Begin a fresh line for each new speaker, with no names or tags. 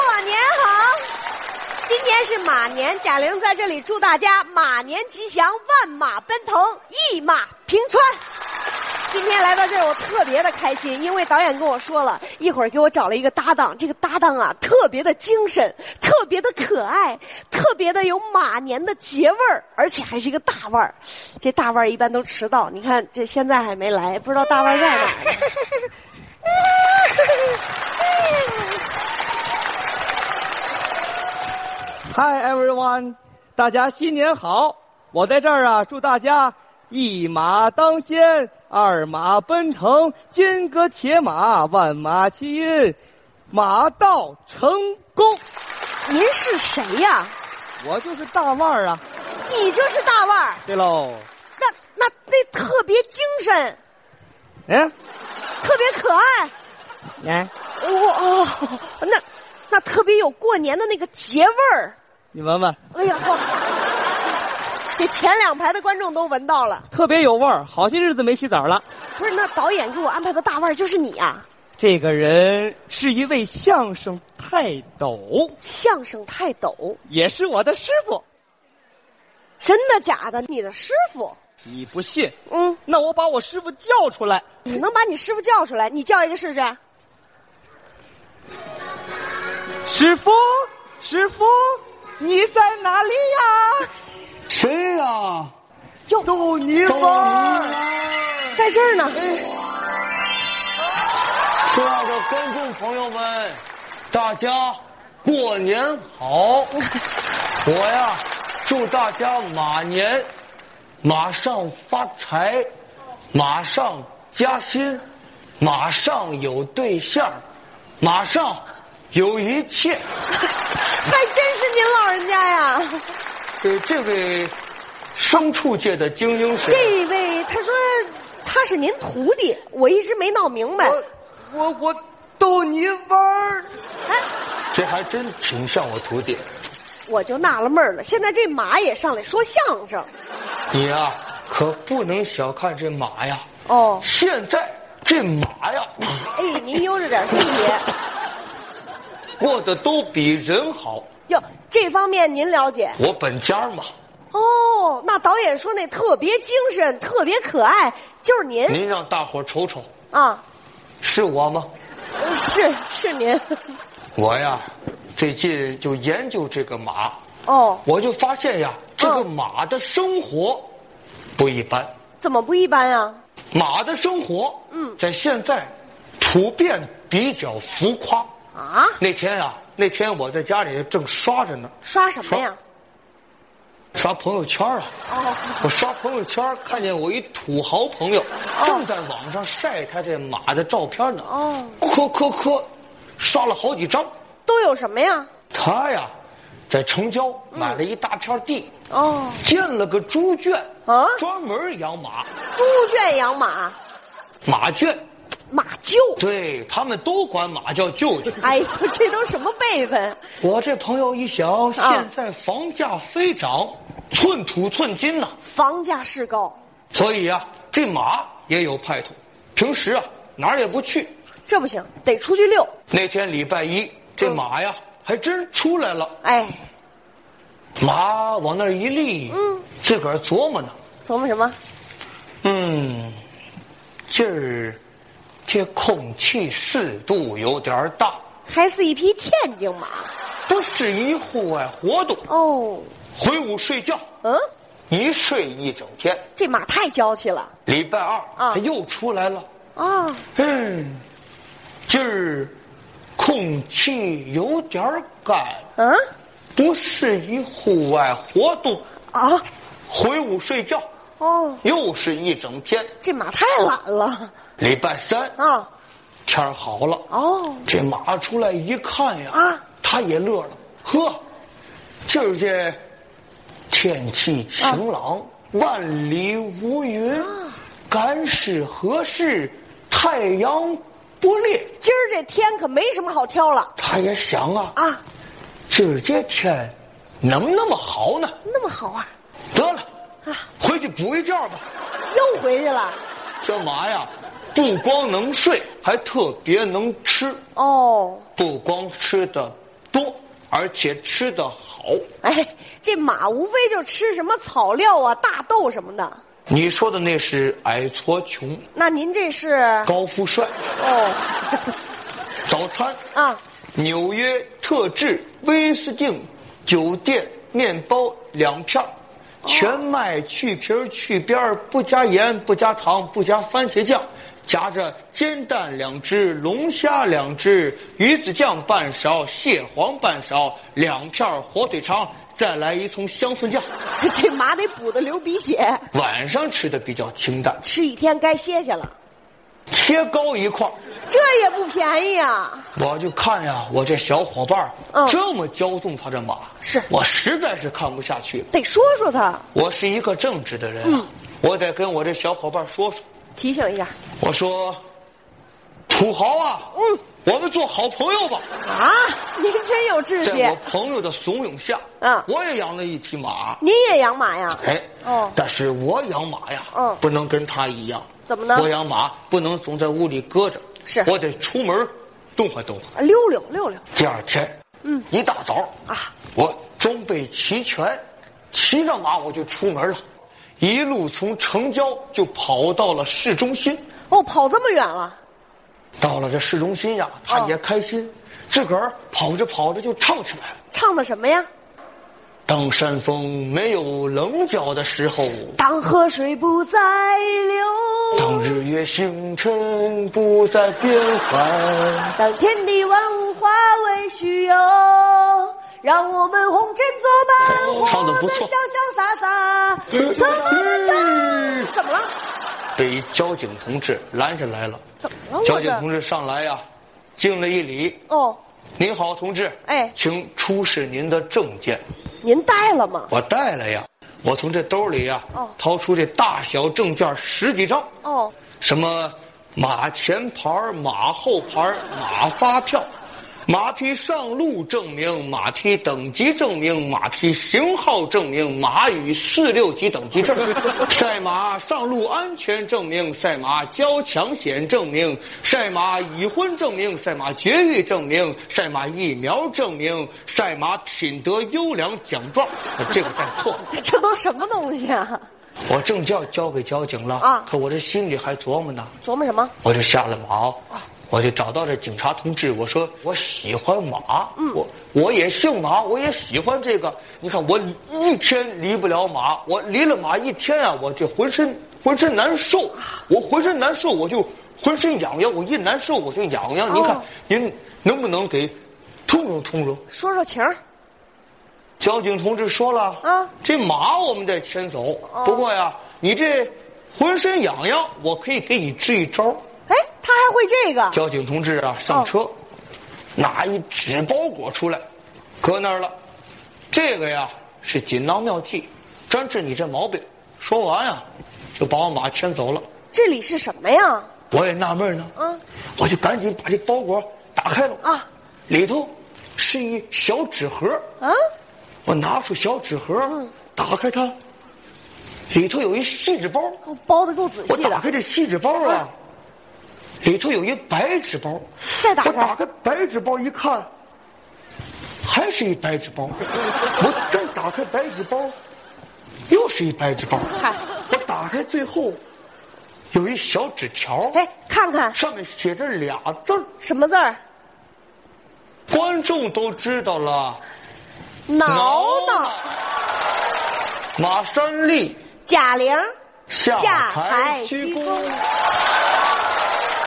马年好！今年是马年，贾玲在这里祝大家马年吉祥，万马奔腾，一马平川。今天来到这儿，我特别的开心，因为导演跟我说了一会儿给我找了一个搭档，这个搭档啊特别的精神，特别的可爱，特别的有马年的节味儿，而且还是一个大腕儿。这大腕儿一般都迟到，你看这现在还没来，不知道大腕儿在哪儿呢。
Hi everyone，大家新年好！我在这儿啊，祝大家一马当先，二马奔腾，金戈铁马，万马齐喑，马到成功。
您是谁呀、
我就是大腕儿啊！
你就是大腕儿，
对喽，
那那那特别精神，
嗯，
特别可爱。
哎，
我哦，那那特别有过年的那个节味儿。
你闻闻，
哎呀，哇！这前两排的观众都闻到了。
特别有味儿，好些日子没洗澡了。
不是，那导演给我安排的大腕儿就是你啊！
这个人是一位相声泰斗，
相声泰斗，
也是我的师傅。
真的假的？你的师傅？
你不信？
嗯，
那我把我师傅叫出来。
你能把你师傅叫出来？你叫一个试试？
师傅，师傅，你在哪里呀？
谁呀、
哟，
逗你
豆
玩
泥
儿
儿
在这儿呢。
亲爱的观众朋友们，大家过年 好！我呀，祝大家马年马上发财，马上加薪，马上有对象，马上有一切。
还真是您老人家呀！
呃，这位牲畜界的精英是
这位他说他是您徒弟，我一直没闹明白。
我我我逗你玩儿
哎，
这还真挺像我徒弟。
我就纳了闷儿了，现在这马也上来说相声
你呀、可不能小看这马呀！
哦。
现在这马呀，
哎，您悠着点，孙姐。
过得都比人好。
哟，这方面您了解
我本家嘛，
哦。那导演说那特别精神、特别可爱，就是您
您让大伙儿瞅瞅，
啊？
是我吗？
是是您
我呀，最近就研究这个马，
哦？
我就发现呀，这个马的生活不一般。
怎么不一般啊？
马的生活，
嗯
在现在普遍比较浮夸。
啊？
那天呀，那天我在家里正刷着呢，
刷什么呀？
刷朋友圈啊。
哦
我刷朋友圈，看见我一土豪朋友正在网上晒他这马的照片呢。
哦，
磕磕磕，刷了好几张。
都有什么呀？
他呀，在城郊买了一大片地，
哦，
建了个猪圈
啊
专门养马，
猪圈养马，
马圈。
马厩。
对他们都管马叫舅舅。
哎呦，这都什么辈分？
我这朋友一想，现在房价飞涨，寸土寸金呐、
房价是高，
所以呀、这马也有派头。平时啊，哪儿也不去，
这不行，得出去遛。
那天礼拜一，这
嗯
马呀还真出来了，
哎，
马往那儿一立，
嗯，
自个儿琢磨呢，
琢磨什么？
嗯，今儿这空气湿度有点儿大，
还是一匹天津马。
不适宜户外活动，
哦，
回屋睡觉，
嗯，
一睡一整天。
这马太娇气了
礼拜二，
啊
他又出来了，
啊！
嗯，今儿空气有点儿干，
嗯
不适宜户外活动，
啊
回屋睡觉。
哦，
又是一整天。
这马太懒了
礼拜三，
啊！
天儿好了，
哦，
这马出来一看呀，
啊，
他也乐了，呵，今儿这天气晴朗，
啊
万里无云，赶是合适，太阳不烈。
今儿这天可没什么好挑了
他也想啊，
啊！
今儿这天能那么好呢？
那么好啊
得了，
啊！
回去补一觉吧。
又回去了
这马呀，不光能睡，还特别能吃。
哦，
不光吃的多，而且吃得好。
哎，这马无非就吃什么草料啊、大豆什么的。
你说的那是矮矬穷
那您这是
高富帅，
哦，
早餐
啊，
纽约特制威斯汀酒店面包两片儿，全麦去皮儿去边儿，不加盐不加糖不加番茄酱，夹着煎蛋两只，龙虾两只，鱼子酱半勺，蟹黄半勺，两片儿火腿肠，再来一葱香蒜酱。
这马得补的流鼻血，
晚上吃的比较清淡，
吃一天该歇歇了，
切糕一块儿。
这也不便宜啊。
我就看呀，我这小伙伴儿、
嗯
这么骄纵他这马，
是
我实在是看不下去了。
得说说他，
我是一个正直的人、啊，
嗯
我得跟我这小伙伴说说。
提醒一下。
我说，土豪啊，
嗯
我们做好朋友吧。
啊，您真有志气
在。我朋友的怂恿下，
嗯哦
我也养了一匹马。
您也养马呀？
哎，
哦
但是我养马呀，
嗯
不能跟他一样。
怎么呢
我养马不能总在屋里搁着，
是
我得出门动换动换。
溜溜溜溜
第二天，
嗯，
一大早
啊，
我装备齐全，骑上马我就出门了，一路从城郊就跑到了市中心。
哦，跑这么远了，
到了这市中心呀，他
哦
也开心，自个儿跑着跑着就唱起来了。
唱的什么呀？
当山峰没有棱角的时候，
当河水不再
当
流，
日月星辰不在边环，
当天地万物化为虚有，让我们红尘作伴，
哎唱得
活
不
得
错
潇潇洒洒。怎么了他？怎么了？
被交警同志拦下来了。
怎么了？
交
我
警同
这
志上来呀，敬了一礼。
哦，
您好，同志。
哎
请出示您的证件。
您带了吗？
我带了呀，我从这兜里呀、
哦
掏出这大小证件十几张，
哦，
什么马前牌、马后牌、马发票、 马匹上路证明、马匹等级证明、马匹型号证明、马与四六级等级证、赛马上路安全证明、赛马交强险证明、赛马已婚证明、赛马绝育证明、赛马疫苗证明、赛马品德优良奖状，这个带错了。
这都什么东西啊？
我证件交给交警了
啊
可我这心里还琢磨呢。
琢磨什么？
我就下了马哦，我就找到这警察同志，我说我喜欢马，
嗯
我我也姓马，我也喜欢这个。你看我一天离不了马，我离了马一天啊，我这浑身浑身难受，
啊
我浑身难受，我就浑身痒痒，我一难受我就痒痒。您看
哦
您能不能给通融通融？
说说情儿
交警同志说了
啊哦
这马我们得牵走，不过呀，你这浑身痒痒，我可以给你支一招儿。
哎，他还会这个
交警同志啊，上车，拿一纸包裹出来，搁那儿了。这个呀是锦囊妙计，专治你这毛病。说完呀，就把我马牵走了。
这里是什么呀？
我也纳闷呢，
啊
我就赶紧把这包裹打开了，
啊
里头是一小纸盒。
啊！
我拿出小纸盒，打开它，里头有一锡纸包。
我包的够仔
我
细
打
的
开，这锡纸包啊
啊，
里头有一白纸包。
再打开
我打开白纸包一看，还是一白纸 包。我再打开白纸包，又是一白纸包
嗨。
我打开最后，有一小纸条，
哎，看看
上面写着俩字儿。
什么字儿？
观众都知道了，
挠挠，
马三立
贾玲
下
下台
鞠
鞠
躬
躬。